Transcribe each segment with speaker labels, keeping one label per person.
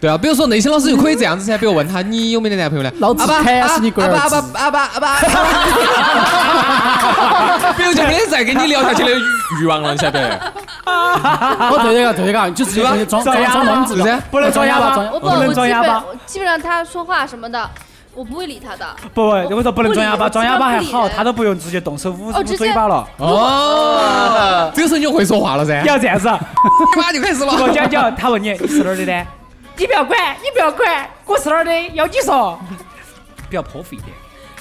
Speaker 1: 对啊，比如说内心老师就可以这样子噻，比如问他你有没得男朋友呢？
Speaker 2: 老子
Speaker 1: 阿爸
Speaker 2: 砍
Speaker 3: 啊
Speaker 1: 阿
Speaker 2: 死你龟儿
Speaker 1: 阿爸阿爸阿爸阿爸，比如就没得再跟你聊下去的欲望了，你晓得？
Speaker 2: 我哦对这个对这个，你就直接
Speaker 1: 吧
Speaker 2: 装装
Speaker 3: 装哑巴
Speaker 2: 装聋子
Speaker 1: 是不是
Speaker 2: 了，
Speaker 3: 不能装哑巴
Speaker 2: 装
Speaker 4: 我不，
Speaker 3: 不能
Speaker 4: 我
Speaker 3: 装
Speaker 4: 基
Speaker 3: 哑巴
Speaker 4: 本基本上他说话什么的，我不会理他的。
Speaker 3: 不不，我说不能装哑巴，
Speaker 4: 我不
Speaker 3: 装
Speaker 4: 理
Speaker 3: 哑巴还
Speaker 4: 我不理
Speaker 3: 好，
Speaker 4: 人
Speaker 3: 他都不用直接动手捂捂
Speaker 4: 哦直接
Speaker 3: 嘴巴了。
Speaker 1: 哦，这个时候你就会说话了噻
Speaker 3: 你，要这样子啊，
Speaker 1: 马就开始
Speaker 3: 我
Speaker 1: 了。
Speaker 3: 讲讲，他问你你是哪儿的呢？你不要管，你不要管，我是哪儿的，要你说。比较泼妇一点，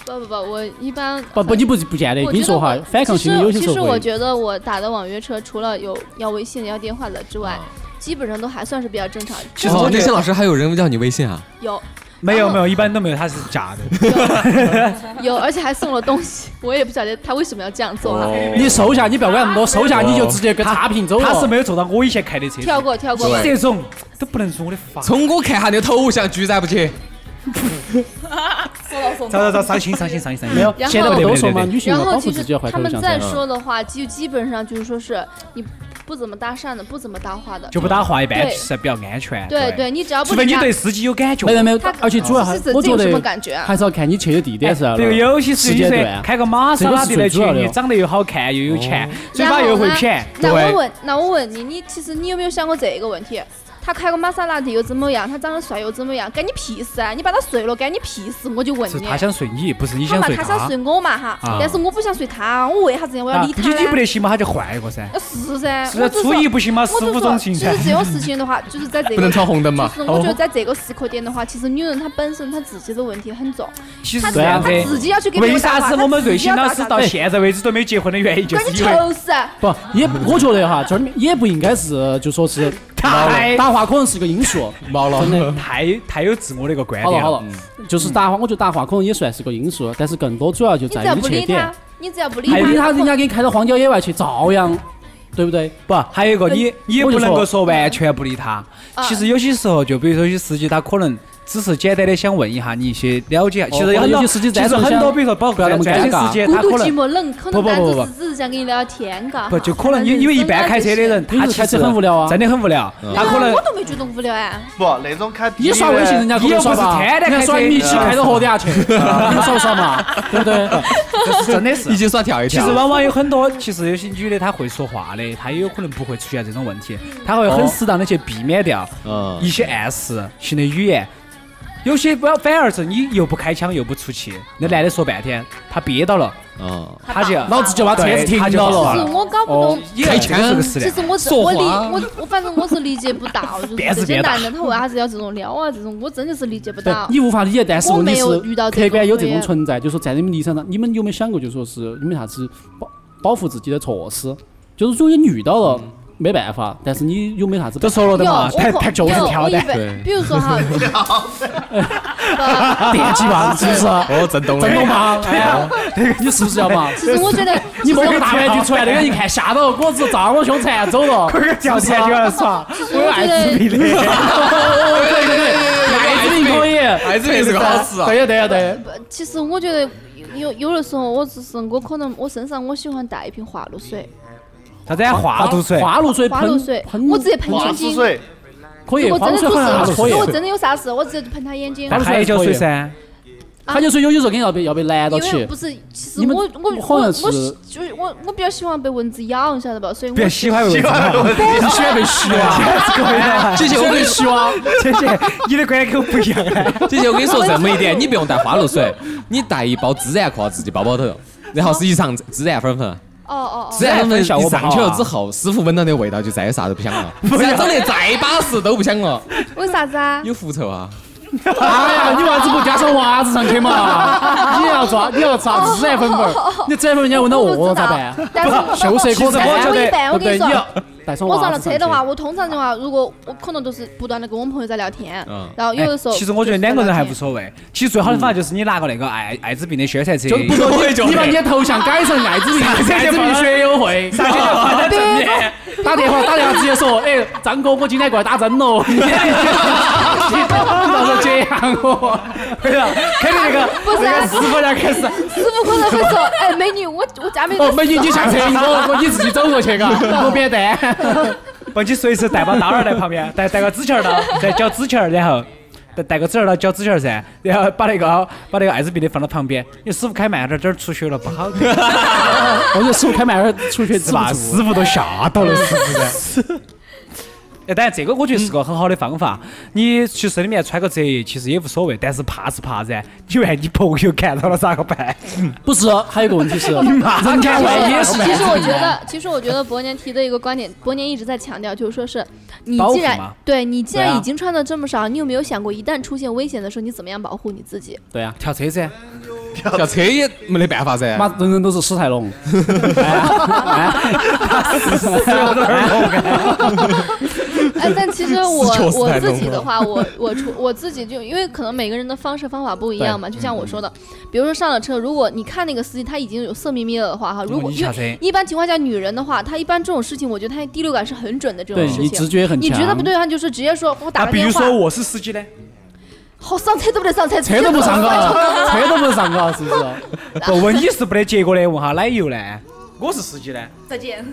Speaker 4: 不不不，我一般
Speaker 2: 不不，你不不见得，
Speaker 4: 我
Speaker 2: 你
Speaker 4: 觉得
Speaker 2: 说话
Speaker 4: 我
Speaker 2: 反抗心理有些
Speaker 4: 其
Speaker 2: 时
Speaker 4: 实
Speaker 2: 候
Speaker 4: 其实我
Speaker 2: 会。
Speaker 4: 觉得我打的网约车，除了有要微信、要电话的之
Speaker 2: 啊
Speaker 4: 外，基本上都还算是比较正常。
Speaker 3: 其实
Speaker 1: 哦
Speaker 3: 我觉
Speaker 1: 内
Speaker 3: 得
Speaker 1: 心老师还有人要你微信啊？
Speaker 4: 有
Speaker 3: 没有没有，一般都没有，他是假的。
Speaker 4: 有，而且还送了东西，我也不晓得他为什么要这样做啊。
Speaker 2: 你收下，你不要管那么多，收下你就直接给差评走了。
Speaker 3: 他是没有做到我以前开的车。
Speaker 4: 跳过跳过，
Speaker 3: 你这种都不能说我的法。
Speaker 1: 聪哥看下你的头像，居然不去。
Speaker 3: 走走走，伤心伤心伤心伤心。
Speaker 2: 没有，
Speaker 4: 然后
Speaker 2: 现在不都说嘛，
Speaker 3: 对对对对
Speaker 2: 女性
Speaker 4: 然
Speaker 2: 嘛，
Speaker 4: 后
Speaker 2: 保
Speaker 4: 其
Speaker 2: 护自己
Speaker 4: 实
Speaker 2: 要怀
Speaker 4: 他
Speaker 2: 头
Speaker 4: 们
Speaker 2: 像
Speaker 4: 再
Speaker 2: 噻。
Speaker 4: 说的话，就基本上就是说是你不怎么搭讪的，不怎么搭话的。
Speaker 3: 就不搭话，一般
Speaker 4: 对
Speaker 3: 其实比较安全。
Speaker 4: 对对，，你只要不
Speaker 3: 除非
Speaker 4: 理
Speaker 3: 你
Speaker 4: 他
Speaker 3: 对，司机有感觉。哎
Speaker 2: 没有没有
Speaker 4: 他，
Speaker 2: 而且主要还
Speaker 4: 是自
Speaker 2: 我
Speaker 4: 己
Speaker 2: 觉
Speaker 4: 有什么
Speaker 2: 得
Speaker 4: 感觉啊？
Speaker 2: 还是要看你去的地点是
Speaker 3: 哎这个有些司
Speaker 2: 时
Speaker 3: 机
Speaker 2: 间
Speaker 3: 说
Speaker 2: 段。
Speaker 3: 开个玛莎拉蒂
Speaker 2: 这个是最
Speaker 3: 来
Speaker 2: 主
Speaker 3: 接
Speaker 2: 要的
Speaker 3: 你，长得又好看又有钱，嘴
Speaker 4: 然
Speaker 3: 巴
Speaker 4: 后
Speaker 3: 又会
Speaker 4: 呢
Speaker 3: 撇。
Speaker 4: 那
Speaker 1: 对
Speaker 4: 我问，那我问你，你其实你有没有想过这个问题？他开个玛莎拉蒂又怎么样？他长得帅又怎么样？干你屁事啊！你把他睡了，干你屁事！我就问
Speaker 3: 是
Speaker 4: 你，
Speaker 3: 他想睡你，不是你
Speaker 4: 他
Speaker 3: 想
Speaker 4: 嘛，
Speaker 3: 睡
Speaker 4: 他想哦睡我嘛哈
Speaker 3: 啊，
Speaker 4: 但是我不想睡他，我为啥子呀？我要
Speaker 3: 啊
Speaker 4: 理
Speaker 3: 你
Speaker 4: 他
Speaker 3: 你不
Speaker 4: 呢？
Speaker 3: 得行嘛，他就换一个噻。
Speaker 4: 呃是噻，
Speaker 3: 是
Speaker 4: 我
Speaker 3: 啊
Speaker 4: 只
Speaker 3: 初一
Speaker 4: 说。
Speaker 3: 不行嘛，
Speaker 4: 我
Speaker 3: 十
Speaker 4: 就
Speaker 3: 五
Speaker 4: 说，
Speaker 3: 种情
Speaker 4: 就
Speaker 3: 噻
Speaker 4: 是。这种事情的话，就是在这个，
Speaker 1: 不能闯红灯嘛
Speaker 4: 就是
Speaker 3: 哦
Speaker 4: 我觉得在这个时刻点的话，其实女人她本身她自己的问题很重，
Speaker 3: 其实
Speaker 4: 她
Speaker 3: 是这样子
Speaker 4: 她。自己要去给别
Speaker 3: 为
Speaker 4: 人打
Speaker 3: 啥
Speaker 4: 话
Speaker 3: 是我们瑞鑫老师到
Speaker 4: 她自己
Speaker 3: 现在为止都没结婚的原因，就
Speaker 4: 要打
Speaker 3: 是
Speaker 4: 打
Speaker 3: 因为
Speaker 4: 打关你臭事啊！
Speaker 2: 不，也不我觉得哈，这儿也不应该是就说是
Speaker 3: 太
Speaker 2: 打话可能是个因素。
Speaker 1: 毛了
Speaker 2: 真的
Speaker 3: 太太有自我的一个观
Speaker 2: 好了
Speaker 3: 点
Speaker 2: 好了，就是打话，我觉得打话可能也算是个因素，但是更多主要就
Speaker 4: 你
Speaker 2: 在
Speaker 4: 只要
Speaker 2: 于
Speaker 4: 不
Speaker 2: 去
Speaker 4: 理
Speaker 2: 点
Speaker 4: 他。，你只要不理
Speaker 2: 还有他，
Speaker 4: 他
Speaker 2: 人家给你开到荒郊野外去，照样，对不对？
Speaker 3: 不，还有
Speaker 4: 呃
Speaker 3: 一个你你也
Speaker 2: 我
Speaker 3: 不
Speaker 2: 就
Speaker 3: 能
Speaker 2: 说
Speaker 3: 够说完全不理他。
Speaker 4: 啊
Speaker 3: 其实有些时候，就比如说有些司机，他可能只是简单的想问一下你一些了解一下。其
Speaker 2: 哦
Speaker 3: 实有
Speaker 2: 或
Speaker 3: 很
Speaker 2: 者有
Speaker 3: 多，
Speaker 2: 些司机
Speaker 3: 其
Speaker 2: 单
Speaker 3: 实
Speaker 2: 纯
Speaker 3: 很多，
Speaker 2: 想
Speaker 3: 比如说包
Speaker 2: 不
Speaker 3: 括
Speaker 2: 要那么
Speaker 3: 专
Speaker 2: 尴
Speaker 3: 业
Speaker 2: 尬
Speaker 3: 司机，
Speaker 4: 孤
Speaker 3: 他
Speaker 4: 独
Speaker 3: 可
Speaker 4: 寂
Speaker 3: 能
Speaker 4: 寞冷，可
Speaker 2: 不
Speaker 4: 能
Speaker 2: 不
Speaker 4: 单
Speaker 2: 不
Speaker 4: 只
Speaker 2: 不
Speaker 4: 是只是想跟你聊天，嘎。
Speaker 3: 不就可能因
Speaker 4: 人
Speaker 3: 因为一
Speaker 4: 生
Speaker 3: 般
Speaker 4: 啊
Speaker 3: 开
Speaker 4: 这
Speaker 3: 车的
Speaker 4: 些
Speaker 3: 人，
Speaker 2: 因
Speaker 3: 他
Speaker 2: 为
Speaker 3: 其
Speaker 2: 开
Speaker 3: 实
Speaker 2: 车很无聊啊
Speaker 3: 真的很无聊。他可能
Speaker 4: 我都没觉得无聊哎。
Speaker 5: 不，那种开
Speaker 2: 你刷微信，人家可能刷吧
Speaker 3: 你又不是天，天
Speaker 2: 人家
Speaker 3: 开
Speaker 2: 耍
Speaker 3: 车啊
Speaker 2: 米奇开到河底下 去，你耍不耍嘛？对不对？
Speaker 3: 这是真的是
Speaker 1: 一。起耍跳一
Speaker 3: 其
Speaker 1: 跳。
Speaker 3: 实往往有很多，其实有些女的她会说话的，她也有可能不会出现这种问题，
Speaker 4: 嗯
Speaker 3: 她会很适当的去避免掉
Speaker 4: 哦
Speaker 1: 嗯
Speaker 3: 一些暗示性的语言。有些不要，反而是你又不开枪又不出气，那男的说半天他憋到了，
Speaker 1: 嗯，
Speaker 3: 他就
Speaker 2: 老子就把车子
Speaker 3: 对
Speaker 2: 停
Speaker 3: 他就
Speaker 2: 到了
Speaker 3: 爆
Speaker 4: 是
Speaker 3: 了。
Speaker 4: 我搞不懂，嗯
Speaker 1: 开枪
Speaker 3: 哦这个是
Speaker 4: 其
Speaker 3: 的
Speaker 4: 实，我是
Speaker 1: 说
Speaker 4: 我理
Speaker 1: 话
Speaker 4: 我我反正我是理解不到，就是
Speaker 3: 别
Speaker 4: 这
Speaker 3: 是别
Speaker 4: 些
Speaker 3: 打
Speaker 4: 男的他为啥子要这种撩啊这种，我真的是理解不
Speaker 2: 对
Speaker 4: 到，。
Speaker 2: 你无法理解，但是
Speaker 4: 我
Speaker 2: 问题
Speaker 4: 没有
Speaker 2: 是
Speaker 4: 遇到这
Speaker 2: 客观
Speaker 4: 种
Speaker 2: 有这
Speaker 4: 对
Speaker 2: 种
Speaker 4: 呀
Speaker 2: 存在，就说在你们立场上，你们有没有想过，就说是你们啥子保保护自己的措施？就是如果你遇到
Speaker 3: 嗯
Speaker 2: 了，没办法，但是你有没有啥子办
Speaker 3: 都
Speaker 2: 法？
Speaker 3: 说了
Speaker 4: 有
Speaker 3: 的嘛，
Speaker 4: 我
Speaker 3: 他
Speaker 4: 可
Speaker 3: 他就是
Speaker 4: 有
Speaker 3: 挑
Speaker 4: 我一
Speaker 3: 的，
Speaker 1: 对
Speaker 4: 般，比如说哈， 啊不
Speaker 2: 电击嘛， 是不是？
Speaker 1: 哦，震动了
Speaker 2: 真的？吗？哎呀，你是不是要嘛？
Speaker 4: 其实我觉得，
Speaker 2: 你摸个大玩具出来，那个一看吓到，果子砸我胸前走了，
Speaker 3: 这个叫钱就要 耍，
Speaker 4: 其实
Speaker 2: 我有
Speaker 4: 我
Speaker 2: 艾
Speaker 4: 觉
Speaker 2: 滋
Speaker 4: 得，
Speaker 2: 病的，对对对，艾滋病可以，
Speaker 1: 艾滋病是个好事啊
Speaker 2: 对。呀对呀对呀，
Speaker 4: 不呃其实我觉得有有的时候，我只是我可能我身上我喜欢带一瓶花露水，
Speaker 3: 啥子啊花露水，
Speaker 2: 花露水
Speaker 4: 花露
Speaker 2: 哎喷
Speaker 4: 水
Speaker 2: 喷，，
Speaker 4: 我直接喷
Speaker 5: 花
Speaker 4: 眼
Speaker 5: 露
Speaker 4: 睛。
Speaker 5: 水，
Speaker 2: 可以，
Speaker 4: 我
Speaker 2: 花
Speaker 4: 真
Speaker 2: 露
Speaker 4: 的
Speaker 2: 水
Speaker 4: 出
Speaker 2: 好像还
Speaker 4: 事，
Speaker 2: 是
Speaker 4: 如
Speaker 2: 可以
Speaker 4: 果。我真的有啥事，我直接就喷他眼睛。啊
Speaker 3: 但还有一
Speaker 2: 花
Speaker 3: 浇
Speaker 2: 露水
Speaker 3: 水噻，
Speaker 2: 他就说有些时候肯定要被要被拦到
Speaker 4: 因为
Speaker 2: 起
Speaker 4: 不，是，其实
Speaker 2: 你们
Speaker 4: 我我
Speaker 2: 好
Speaker 4: 我
Speaker 2: 像
Speaker 4: 我
Speaker 2: 是
Speaker 4: 就是我我比较喜欢被蚊子咬，你晓得吧？所以我
Speaker 3: 比较喜欢蚊子。
Speaker 2: 你喜欢被吸 哇？
Speaker 3: 啊
Speaker 1: 姐姐，我跟你
Speaker 2: 吸哇？
Speaker 3: 姐姐，你的观点跟我不一样啊。
Speaker 1: 姐姐，我跟你说这么一点，你不用带花露水，你带一包孜然壳自己包包头，然后是一上孜然粉粉。
Speaker 4: 哦哦
Speaker 1: 孜
Speaker 4: 哦，
Speaker 1: 然粉粉
Speaker 3: 效
Speaker 1: 一
Speaker 3: 果不
Speaker 1: 上
Speaker 3: 好啊
Speaker 1: 去了之后，师傅闻到那个味道就再也啥都不想了，孜然整得再巴适都不想了，
Speaker 4: 为啥子啊？
Speaker 1: 有狐臭啊！
Speaker 2: 哎呀，你为啥子不加上娃子上去嘛？你要抓，你要抓孜然粉粉儿，你孜然粉粉人家闻到
Speaker 4: 我
Speaker 2: 我
Speaker 4: 知
Speaker 2: 咋
Speaker 4: 道
Speaker 2: 办？，啊
Speaker 4: 但是我
Speaker 2: 羞涩可
Speaker 3: 其实我觉
Speaker 2: 餐
Speaker 3: 得，
Speaker 4: 一般，我
Speaker 2: 对不对？你
Speaker 4: 跟你说。
Speaker 2: 要带上
Speaker 4: 我上
Speaker 2: 娃
Speaker 4: 了
Speaker 2: 子
Speaker 4: 车
Speaker 2: 去
Speaker 4: 的话，，我通常的话，如果我可能都是不断的跟我们朋友在聊天，
Speaker 1: 嗯
Speaker 4: 然后有的时候、
Speaker 3: 哎
Speaker 2: 哎
Speaker 3: 其实我觉得两个人还无所谓。其实最好的方法就是你拿个那个艾艾滋病的宣传车，
Speaker 2: 嗯就不
Speaker 1: 我也觉
Speaker 2: 说
Speaker 1: 得
Speaker 2: 你你把你的头像改成艾滋病，艾滋病学友会，
Speaker 3: 大家就放在正面，
Speaker 2: 打电话打电话直接说，哎，张哥，我今天过来打针 喽，你到时候这样我，
Speaker 3: 对吧？开着那个
Speaker 4: 不是
Speaker 3: 那
Speaker 4: 啊
Speaker 3: 个直播间开始，
Speaker 4: 师傅可能会说，哎，
Speaker 3: 哦
Speaker 4: 美女，我我家没
Speaker 2: 哦，美女你下车，我我你自己走过去嘎，我别单。
Speaker 3: 帮起随时带把刀儿在旁边，带带个纸钱儿刀，再绞纸钱儿，然后带带个纸儿刀绞纸钱儿噻，然后把那个把那个艾滋病的放到旁边。你师傅开慢点儿，这儿出血了不好的，
Speaker 2: 我觉得师傅开慢点儿出去
Speaker 3: 是
Speaker 2: 止
Speaker 3: 吧？
Speaker 2: 不
Speaker 3: 师
Speaker 2: 住。
Speaker 3: 傅都吓到了，是不是？ 哎，当然，这个我觉得是个很好的方法。你去身里面穿个折翼，其实也无所谓，但是怕是怕噻，你万一你朋友看到了咋个办？
Speaker 2: 不是，啊还有一个问题是，
Speaker 3: 妈
Speaker 2: 人家万一
Speaker 4: 其
Speaker 3: 也
Speaker 4: 实
Speaker 3: 是
Speaker 4: 其实我觉得，其实我觉得伯年提的一个观点，伯年一直在强调，就是说是你
Speaker 3: 包
Speaker 4: 既
Speaker 3: 袱
Speaker 4: 然
Speaker 3: 嘛
Speaker 4: 对你既
Speaker 3: 对
Speaker 4: 然
Speaker 3: 啊
Speaker 4: 已经穿的这么少，你有没有想过，一旦出现危险的时候，你怎么样保护你自己？
Speaker 2: 对呀、
Speaker 3: 跳车噻，
Speaker 1: 跳车也没得办法噻。
Speaker 2: 妈人人都是史泰龙，哎
Speaker 4: 哎，但其实我
Speaker 1: 确实
Speaker 4: 我
Speaker 1: 太
Speaker 4: 自
Speaker 1: 痛
Speaker 4: 己
Speaker 1: 苦
Speaker 4: 的
Speaker 1: 了
Speaker 4: 话，我我出我自己就因为可能每个人的方式方法不一样嘛，就像我说的，
Speaker 3: 嗯
Speaker 4: 比如说上了车，如果你看那个司机他已经有色眯眯了的话，哈，如果
Speaker 3: 哦你
Speaker 4: 因
Speaker 3: 下
Speaker 4: 为
Speaker 3: 车，
Speaker 4: 一般情况下女人的话，她一般这种事情，我觉得她第六感是很准的这种
Speaker 2: 对
Speaker 4: 事
Speaker 2: 你直
Speaker 4: 情。
Speaker 2: 觉很
Speaker 4: 你
Speaker 2: 强。
Speaker 4: 觉得不对，她就是直接说，我打
Speaker 3: 那
Speaker 4: 个
Speaker 3: 比
Speaker 4: 电
Speaker 3: 如
Speaker 4: 话，
Speaker 3: 说我是司机呢？
Speaker 4: 好上车都不得上车，
Speaker 2: 车都不上
Speaker 4: 直接走
Speaker 2: 岗，车都不上岗，是不是？
Speaker 3: 不问你是不得结果的，问下奶油呢？我是司机呢？
Speaker 4: 再见。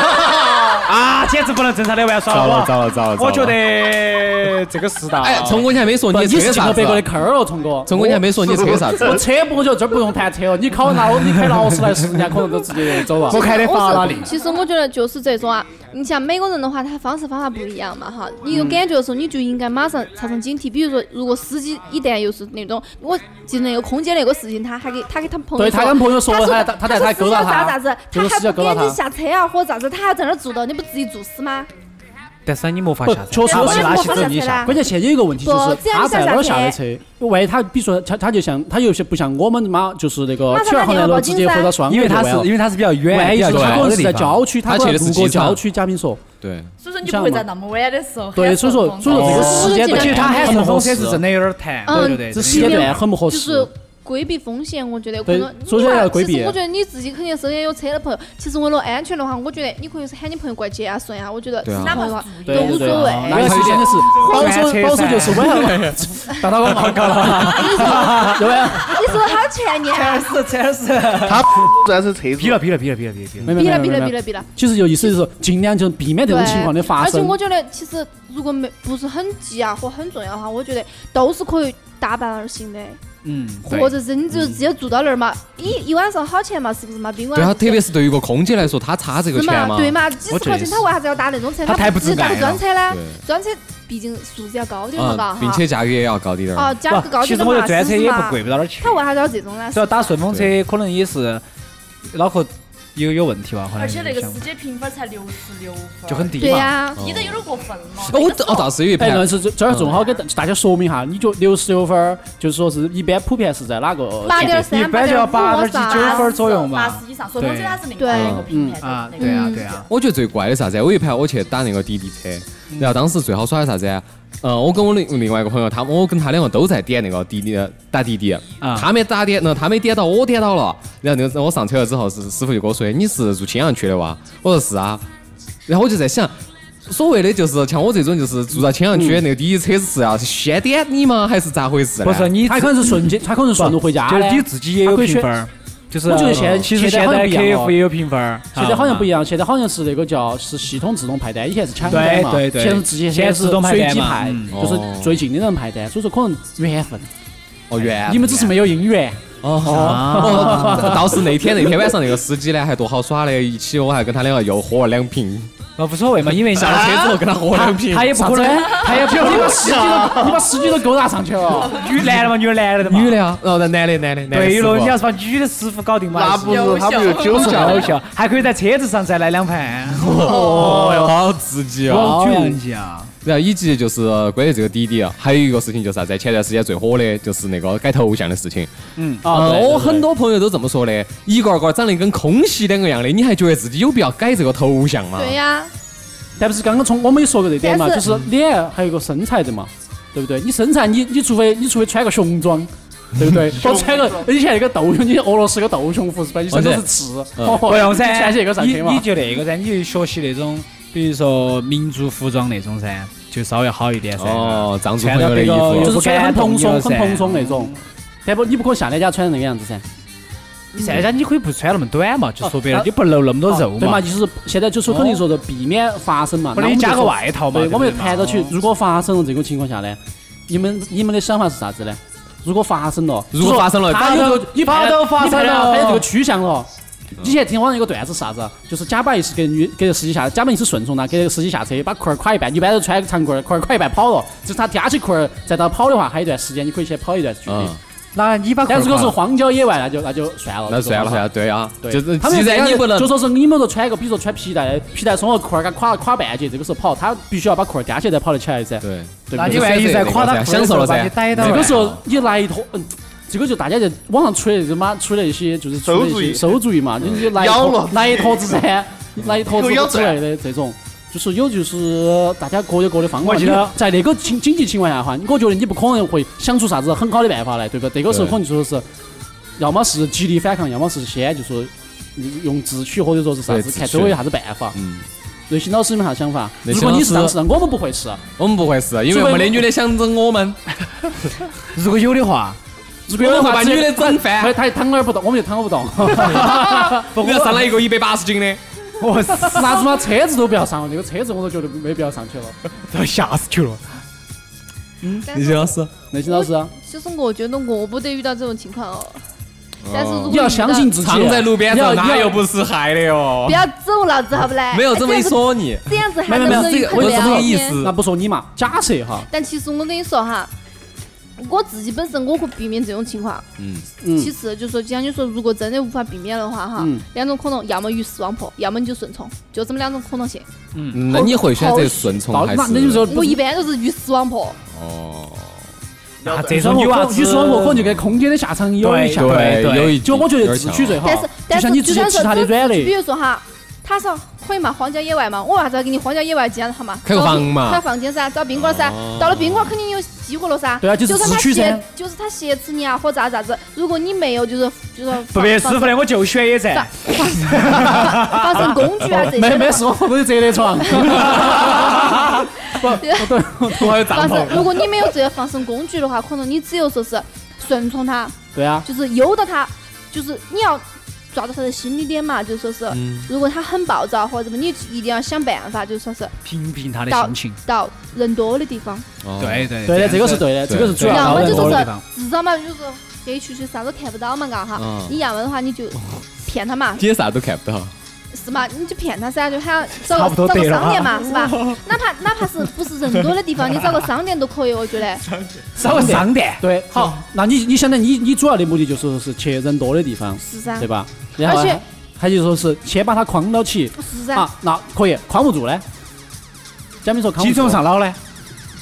Speaker 3: 啊，简直不能正常的玩耍
Speaker 1: 糟
Speaker 3: 好不
Speaker 1: 了
Speaker 3: 好
Speaker 1: 糟了糟了！糟了
Speaker 3: 我觉得这个世道，
Speaker 1: 哎，聪哥你还没说
Speaker 2: 不，
Speaker 1: 你
Speaker 2: 你
Speaker 1: 车
Speaker 2: 是进
Speaker 1: 啥
Speaker 2: 了
Speaker 1: 子
Speaker 2: 别个的
Speaker 1: 啊？
Speaker 2: 坑儿了，聪哥。
Speaker 1: 聪哥你还没说你车啥子啊
Speaker 2: 我？车不，我觉得这儿不用谈车了。你考拿我，你开劳斯莱斯，人家可能都直接走啊了。
Speaker 3: 我开的法拉利
Speaker 4: 我是其实我觉得就是这种啊，你像每个人的话，他方式方法不一样嘛哈。你有感觉的时候，你就应该马上产生警惕。比如说，如果司机一旦又是那种我记得那个空姐那个事情，他还给他给他朋友
Speaker 2: 对他跟朋友说
Speaker 4: 他
Speaker 2: 了，
Speaker 4: 说
Speaker 2: 他他他在他
Speaker 4: 司
Speaker 2: 勾
Speaker 4: 机
Speaker 2: 搭
Speaker 4: 要
Speaker 2: 他，
Speaker 4: 咋咋子，
Speaker 2: 就
Speaker 4: 他
Speaker 2: 是司机要
Speaker 4: 还
Speaker 2: 勾
Speaker 4: 不
Speaker 2: 搭
Speaker 4: 给你
Speaker 2: 他。
Speaker 4: 下车啊，或者咋子，他还在那儿做的，你不自己作死吗？
Speaker 3: 但是你没法
Speaker 2: 不
Speaker 3: 下，车，
Speaker 2: 确实
Speaker 4: 我
Speaker 2: 我
Speaker 4: 也
Speaker 2: 是
Speaker 4: 没
Speaker 3: 拉
Speaker 4: 办
Speaker 3: 起
Speaker 4: 法
Speaker 3: 走
Speaker 4: 下
Speaker 3: 你
Speaker 4: 车
Speaker 3: 下。
Speaker 4: 啦
Speaker 2: 关。键现在有一个问题就是
Speaker 4: 不这样
Speaker 2: 他在哪儿下的
Speaker 4: 下
Speaker 2: 车？万一他比如说他他就像他有些不像我们妈就是那个
Speaker 4: 马上
Speaker 2: 七二
Speaker 4: 打
Speaker 2: 号
Speaker 4: 电话
Speaker 2: 南
Speaker 4: 报
Speaker 2: 路直
Speaker 4: 警
Speaker 2: 接
Speaker 4: 噻
Speaker 2: 回到双
Speaker 3: 因为
Speaker 2: 它
Speaker 3: 它是因为它是比较远，
Speaker 2: 万一
Speaker 3: 比
Speaker 2: 是他
Speaker 3: 较
Speaker 1: 远
Speaker 2: 可能
Speaker 3: 的
Speaker 2: 是
Speaker 3: 地
Speaker 2: 在
Speaker 3: 方
Speaker 2: 郊区，
Speaker 1: 他
Speaker 2: 他可能
Speaker 1: 去的是
Speaker 2: 路过
Speaker 1: 机场
Speaker 2: 郊区，嘉宾
Speaker 4: 哦
Speaker 2: 说
Speaker 1: 对，
Speaker 5: 所以说你不会在那么晚的时候。
Speaker 2: 对，所以说所以说这个
Speaker 4: 哦
Speaker 2: 时间
Speaker 4: 而
Speaker 2: 段
Speaker 4: 且
Speaker 3: 它喊顺风车
Speaker 2: 适
Speaker 3: 是真的有点弹，
Speaker 4: 嗯
Speaker 3: 对对对，
Speaker 2: 这时间
Speaker 3: 真的有点
Speaker 2: 段很不合
Speaker 4: 就
Speaker 2: 适。
Speaker 4: 是规避风险，我觉得可
Speaker 2: 对
Speaker 4: 能你
Speaker 2: 首先
Speaker 4: 嘛
Speaker 2: 要规
Speaker 4: 其
Speaker 2: 避
Speaker 4: 实我觉得你自己肯定身边有车的朋友，其实为了安全的话，我觉得你可以喊你朋友过来接啊、顺啊，我觉得
Speaker 1: 对啊
Speaker 4: 哪
Speaker 5: 哪
Speaker 4: 怕
Speaker 5: 怕
Speaker 4: 的话
Speaker 5: 是
Speaker 2: 对
Speaker 4: 都
Speaker 2: 对
Speaker 4: 无
Speaker 2: 对啊
Speaker 4: 所谓。
Speaker 5: 啊
Speaker 2: 那个时间的是保守保守就是晚上， 大 大广告搞了，对吧？
Speaker 4: 你说好全年啊，
Speaker 3: 是真是
Speaker 6: 他算是车
Speaker 3: 劈
Speaker 6: 主
Speaker 3: 了，劈了劈了劈了劈了劈了。
Speaker 2: 没没
Speaker 4: 逼
Speaker 2: 没
Speaker 4: 了逼
Speaker 2: 没
Speaker 4: 了逼
Speaker 2: 没。
Speaker 4: 了逼了。
Speaker 2: 其实有意思就是尽量就是避免这种情况的发
Speaker 4: 而且
Speaker 2: 生
Speaker 4: 我。觉得，其实如果没不是很急啊或很重要的话，我觉得都是可以搭伴而行的，
Speaker 3: 嗯，对
Speaker 4: 或。者是你就直接住到那儿嘛，一一晚上好钱嘛，是不是嘛？宾馆
Speaker 1: 对他啊特别是对于一个空姐来说，他差这个
Speaker 4: 是
Speaker 1: 钱
Speaker 4: 嘛？
Speaker 1: 嘛，
Speaker 4: 对嘛？几十
Speaker 3: 我觉
Speaker 4: 块
Speaker 3: 得
Speaker 4: 钱
Speaker 3: 是
Speaker 4: 他为啥子要搭那种车？
Speaker 3: 他太不
Speaker 4: 不直接
Speaker 3: 自
Speaker 4: 搭个
Speaker 3: 爱
Speaker 4: 专
Speaker 3: 了
Speaker 4: 车呢？
Speaker 1: 对
Speaker 4: 专车毕竟素质要高点
Speaker 1: 嗯
Speaker 4: 嘛，嘎哈。
Speaker 1: 并且价格也要高点儿。
Speaker 4: 哦，价格高
Speaker 3: 其
Speaker 4: 点
Speaker 3: 实
Speaker 4: 的
Speaker 3: 我觉
Speaker 4: 嘛，
Speaker 3: 得专
Speaker 4: 是
Speaker 3: 车
Speaker 4: 不
Speaker 3: 也
Speaker 4: 是
Speaker 3: 不
Speaker 4: 嘛
Speaker 3: 贵，？不到哪儿去
Speaker 4: 他。为啥子要这种呢？
Speaker 3: 只要打顺风车，可能也是脑壳有有问题吧，可能
Speaker 5: 而且那个
Speaker 3: 想
Speaker 5: 司机评分才六十六分，
Speaker 3: 就很低
Speaker 4: 对
Speaker 3: 嘛。
Speaker 4: 呀，
Speaker 5: 低的有点过分了。
Speaker 1: 哦，我倒哦倒是有一
Speaker 2: 哎，
Speaker 1: 盘
Speaker 2: 但，是这这儿正好给
Speaker 3: 嗯
Speaker 2: 大大家说明一下，你就六十六分儿，就是说是一般普遍是在哪个
Speaker 4: 八
Speaker 2: 阶
Speaker 4: 点
Speaker 2: 段？
Speaker 4: 三、
Speaker 3: 一般就要
Speaker 4: 八点
Speaker 3: 八点
Speaker 4: 五、
Speaker 3: 几九
Speaker 4: 啥
Speaker 3: 分儿左右嘛
Speaker 5: 八十以上，顺风车它是另
Speaker 4: 对
Speaker 5: 外一个品牌
Speaker 3: 啊，
Speaker 5: 的那
Speaker 3: 对
Speaker 5: 个。
Speaker 3: 啊
Speaker 4: 嗯，
Speaker 3: 对啊。
Speaker 1: 我觉得最怪的是啥子？我有一盘我去打那个滴滴车，然后当时最好耍的啥子？呃，我跟我另另外一个朋友，他们我跟他两个都在点那个滴滴打滴滴，
Speaker 5: 嗯
Speaker 3: 啊
Speaker 1: 他没打点，那他没点到，我点到了。然后那个我上车了之后，是师傅就跟我说：“你是住青阳区的哇？”我说：“是啊。”然后我就在想。所谓的就是像我这种，就是住到青阳区的那个滴滴车是要先点你吗？还是咋回事呢？
Speaker 3: 不是你
Speaker 2: 他可能是瞬间，他可能是顺路回家
Speaker 3: 就是
Speaker 2: 嘞
Speaker 3: 你自己也有评分儿，就是啊
Speaker 2: 我觉得现在
Speaker 3: 其实
Speaker 2: 现在
Speaker 3: 现
Speaker 2: 好像
Speaker 3: 在
Speaker 2: 不一样了
Speaker 3: KF 也有评分儿，啊
Speaker 2: 现在好像不一
Speaker 3: 样。
Speaker 2: 样，现在好像是那个叫是系统自动派单，以前是抢单
Speaker 3: 对
Speaker 2: 嘛，
Speaker 3: 对对
Speaker 2: 现在是直接
Speaker 3: 现在
Speaker 2: 是
Speaker 3: 自动派
Speaker 2: 随
Speaker 3: 单
Speaker 2: 机
Speaker 3: 嘛
Speaker 2: 派，
Speaker 3: 嗯
Speaker 2: 就是最近的人派单，所以说可能缘分，
Speaker 1: 哦，
Speaker 3: 啊
Speaker 1: 原
Speaker 2: 你们只是没有姻缘。
Speaker 1: 哦，哦倒是那天那天晚上那个司机呢，还多好耍的，一起我还跟他两个又喝了两瓶，
Speaker 3: 啊，无所谓嘛，因 为
Speaker 1: 下了车之后跟他喝了两瓶
Speaker 3: 他。也不可能，他也不可
Speaker 2: 你
Speaker 3: 能
Speaker 2: 把司机都你把司机都勾搭上去哦 了，
Speaker 3: 女男的嘛，女的男的的嘛，
Speaker 1: 女的啊，哦，那男的男的，男的
Speaker 3: 对
Speaker 1: 师傅
Speaker 3: 了，你要是把女的师傅搞定嘛，
Speaker 6: 那不如他们有酒
Speaker 3: 搞
Speaker 6: 驾。
Speaker 3: 笑，还可以在车子上再来两盘，
Speaker 1: 哦哟，好刺激哦！
Speaker 3: 好
Speaker 2: 好
Speaker 3: 洋气啊！
Speaker 1: 然后以及就是关于这个滴滴啊，还有一个事情就是啥子？前段时间最火的就是那个改头像的事情。
Speaker 3: 嗯，
Speaker 2: 啊对
Speaker 1: 嗯
Speaker 2: 对
Speaker 1: 我
Speaker 2: 对
Speaker 1: 很多朋友都这么说的，一个个长得跟空气两个样的，你还觉得自己有必要改这个头像吗？
Speaker 4: 对呀，
Speaker 2: 但不是刚刚从我们也说过这点嘛，
Speaker 4: 但
Speaker 2: 就是是脸还有个身材的嘛，对不对？你身材你你除非你除非穿个熊装。 对不对？我穿个以前那个斗熊，你俄罗斯个斗熊服是吧？你身上是刺，哦
Speaker 3: 嗯不用噻，
Speaker 2: 你穿起那个上
Speaker 3: 你
Speaker 2: 去嘛
Speaker 3: 你。就那个噻，你就学习那种，比如说民族服装那种噻，就稍微好一点噻。
Speaker 1: 哦，藏族
Speaker 3: 穿
Speaker 1: 朋
Speaker 3: 到
Speaker 1: 友的
Speaker 3: 那
Speaker 1: 衣
Speaker 3: 个
Speaker 1: 服
Speaker 3: 有
Speaker 2: 就是穿得很蓬松、
Speaker 3: 不
Speaker 2: 很
Speaker 3: 敢动
Speaker 2: 蓬松
Speaker 3: 腰噻
Speaker 2: 那种。但不，你不可能像人家穿那个样子噻。
Speaker 3: 你在家你可以不穿那么短嘛，就说白了
Speaker 2: 啊
Speaker 3: 你不露那么多肉
Speaker 2: 啊对嘛，
Speaker 3: 嘛。
Speaker 2: 就是现在就是肯定说的避免发生嘛，
Speaker 3: 或
Speaker 2: 那
Speaker 3: 者
Speaker 2: 我
Speaker 3: 你
Speaker 2: 们就
Speaker 3: 加个
Speaker 2: 说
Speaker 3: 外套嘛。
Speaker 2: 对，
Speaker 3: 对
Speaker 2: 我们
Speaker 3: 不
Speaker 2: 就
Speaker 3: 对哦
Speaker 2: 谈到去，如果发生了这种情况下呢，你们你们的想法是啥子呢？如果发生了，
Speaker 1: 如果发生了
Speaker 2: 他
Speaker 1: 发
Speaker 2: 有
Speaker 1: 生
Speaker 2: 你怕
Speaker 3: 怕
Speaker 2: 到
Speaker 3: 都发生了
Speaker 2: 他有这个趋向了。
Speaker 1: 嗯
Speaker 2: 以前听网上有个段子是啥子啊？就是假扮一是给女给司机下，假扮一是顺从的，给司机下车，把裤儿垮一半，一般都穿个长裤儿，裤儿垮一半跑了。就是他嗲起裤儿，再到跑的话，还有一段时间，你可以先跑一段距离。
Speaker 1: 嗯，
Speaker 3: 那你把裤
Speaker 2: 但
Speaker 3: 儿
Speaker 2: 如果
Speaker 3: 垮
Speaker 2: 是
Speaker 3: 了
Speaker 2: 荒郊野外，那就那就算了。
Speaker 1: 那算了
Speaker 2: 这种
Speaker 1: 算
Speaker 2: 话
Speaker 1: 了，对啊，
Speaker 2: 对，
Speaker 1: 就是
Speaker 2: 他们
Speaker 1: 既
Speaker 2: 这样
Speaker 1: 然你
Speaker 2: 的
Speaker 1: 不能
Speaker 2: 就说是你们说穿一个，比如说穿皮带，皮带松了裤儿给它垮垮半截，这个时候跑，他必须要把裤儿嗲起来才跑得起来噻。
Speaker 1: 对，
Speaker 2: 对
Speaker 3: 那
Speaker 2: 不
Speaker 3: 你
Speaker 2: 对？
Speaker 3: 万一在夸他
Speaker 1: 享受了噻
Speaker 3: 逮到
Speaker 2: 这个时候你来一坨，嗯，这个就大家在网上出来这妈出来一些就是出来一些馊主意嘛，你就来一
Speaker 6: 咬
Speaker 2: 坨
Speaker 6: 了
Speaker 2: 来一坨子噻，来一坨子
Speaker 6: 给我咬
Speaker 2: 之类的这种。就是有，就是大家各有各的方法。
Speaker 3: 我记得
Speaker 2: 你在那个经经济情况下的话，我觉得你不可能会想出啥子很好的办法来，对不对？这个时候
Speaker 1: 对
Speaker 2: 可能就说是，要么是极力反抗，要么是先就说用自取，或者说是啥
Speaker 1: 对
Speaker 2: 子
Speaker 1: 自
Speaker 2: 看
Speaker 1: 取
Speaker 2: 周围有啥子办法。
Speaker 1: 嗯，
Speaker 2: 对，新老师有没有啥想法？
Speaker 1: 那
Speaker 2: 如
Speaker 1: 邢
Speaker 2: 果
Speaker 1: 老
Speaker 2: 你是
Speaker 1: 师
Speaker 2: 当事人，我们不会啊是。
Speaker 1: 我哦们不会啊是，因
Speaker 2: 除
Speaker 1: 为
Speaker 2: 非
Speaker 1: 没得
Speaker 2: 我
Speaker 1: 女的想整我们，
Speaker 3: 如果有的话，
Speaker 2: 如
Speaker 1: 我
Speaker 2: 果
Speaker 1: 们
Speaker 2: 有的
Speaker 1: 会
Speaker 2: 话，
Speaker 1: 把
Speaker 2: 直接
Speaker 1: 女的整
Speaker 2: 他
Speaker 1: 翻，
Speaker 2: 他躺那儿不动，我们就躺那儿不动。
Speaker 1: 我们要上来一个一百八十斤的，
Speaker 3: 我
Speaker 2: 啥子嘛，车子都不要上了，那个车子我都觉得没必要上去了。
Speaker 3: 都吓死去了。
Speaker 4: 但
Speaker 1: 李
Speaker 4: 是
Speaker 1: 老师，
Speaker 2: 内心老师，啊
Speaker 4: 其实我觉得我不得遇到这种情况哦，但是如果
Speaker 2: 你要
Speaker 4: 遇到
Speaker 2: 相信自己。
Speaker 1: 藏在路边
Speaker 2: 要
Speaker 1: 上，
Speaker 2: 要
Speaker 1: 哪有不是害的哟
Speaker 4: 不？要揍老子好不来？
Speaker 1: 哦没有这么一说你，
Speaker 4: 这样子，这
Speaker 2: 没
Speaker 4: 样
Speaker 2: 有没
Speaker 4: 子还
Speaker 2: 有
Speaker 4: 能跟
Speaker 1: 这个
Speaker 4: 人可
Speaker 1: 我是
Speaker 4: 聊
Speaker 1: 这个意
Speaker 4: 天
Speaker 1: 思
Speaker 2: 那。不说你嘛，假设哈，
Speaker 4: 但其实我跟你说哈，我自己本身我会避免这种情况。
Speaker 1: 嗯，
Speaker 4: 其
Speaker 2: 嗯，
Speaker 4: 次就是说，就像你说，如果真的无法避免的话哈，
Speaker 2: 嗯
Speaker 4: 两种可能，要么鱼死网破，要么你就顺从，就这么两种可能性。
Speaker 1: 嗯那你会选
Speaker 4: 好
Speaker 1: 择顺从
Speaker 2: 到
Speaker 1: 还
Speaker 2: 那那就是
Speaker 1: 是？
Speaker 2: 说
Speaker 4: 我一般都是鱼死网破，
Speaker 1: 哦，
Speaker 3: 那
Speaker 2: 你
Speaker 3: 这
Speaker 2: 说
Speaker 3: 种女娃
Speaker 2: 我，
Speaker 3: 子，
Speaker 2: 你说我可能就跟空间的下场有一下，
Speaker 1: 对
Speaker 3: 对
Speaker 1: 有一
Speaker 2: 就我觉
Speaker 1: 有点
Speaker 2: 得自
Speaker 1: 像
Speaker 2: 取最好
Speaker 4: 但是。
Speaker 2: 就
Speaker 4: 但
Speaker 2: 是像你直接
Speaker 4: 就
Speaker 2: 吃他
Speaker 4: 像
Speaker 2: 的
Speaker 4: 是
Speaker 2: 软
Speaker 4: 比
Speaker 2: 肋，
Speaker 4: 如说哈，他说可以嘛，荒郊野外嘛，我为啥子要给你荒郊野外这样好嘛？
Speaker 1: 开个房嘛
Speaker 4: 开房间噻，找宾馆噻
Speaker 1: 哦，
Speaker 4: 到了宾馆肯定有机会了噻。
Speaker 2: 对啊就
Speaker 4: 就是算
Speaker 2: 自
Speaker 4: 他
Speaker 2: 取噻
Speaker 4: 挟，就是他挟持你啊，或咋咋子。如果你没有，就是就是
Speaker 3: 不被师傅的，我就选野战。
Speaker 4: 发生工具啊这些
Speaker 2: 没
Speaker 4: 的
Speaker 2: 没
Speaker 4: 嘛
Speaker 2: 事，我不是折叠床。
Speaker 1: 我还有帐
Speaker 4: 防身，
Speaker 1: 篷，
Speaker 4: 如果你没有这些防身工具的话，可能你只有说是顺从他，
Speaker 2: 对啊，
Speaker 4: 就是由着他，就是你要抓到他的心理点嘛，就说是，
Speaker 1: 嗯，
Speaker 4: 如果他很暴躁或者什么，你一定要想办法，就说是
Speaker 3: 平平他的
Speaker 4: 到
Speaker 3: 心情。
Speaker 4: 到人多的地方，
Speaker 1: 哦
Speaker 3: 对对
Speaker 2: 对的，这个是
Speaker 3: 对。
Speaker 2: 对的，这
Speaker 1: 对
Speaker 2: 个是主要
Speaker 4: 要
Speaker 2: 的
Speaker 4: 么就
Speaker 2: 道
Speaker 4: 说
Speaker 2: 理
Speaker 4: 是至少嘛，就是说黑黢黢啥都看不到嘛，嘎哈。
Speaker 1: 嗯
Speaker 4: 你要么的话，你就骗他嘛，
Speaker 1: 今天啥都看不到，
Speaker 4: 是嘛？你就骗他噻，就喊
Speaker 3: 差
Speaker 4: 找
Speaker 3: 不
Speaker 4: 个
Speaker 3: 多
Speaker 4: 找
Speaker 3: 对
Speaker 4: 个
Speaker 3: 了
Speaker 4: 商店嘛，是吧？哪怕哪怕是不是人多的地方，你找个商店都可以，我觉得。
Speaker 3: 稍微商店，
Speaker 2: 对，好，那你你想的你你主要的目的就是说是去人多的地方，
Speaker 4: 是噻
Speaker 2: 对，吧？然后
Speaker 4: 而且
Speaker 2: 还还就说是先把它框到起
Speaker 4: 是噻。
Speaker 2: 啊，那可以框不住呢。假如说框
Speaker 3: 几
Speaker 2: 不住
Speaker 3: 种，上脑呢？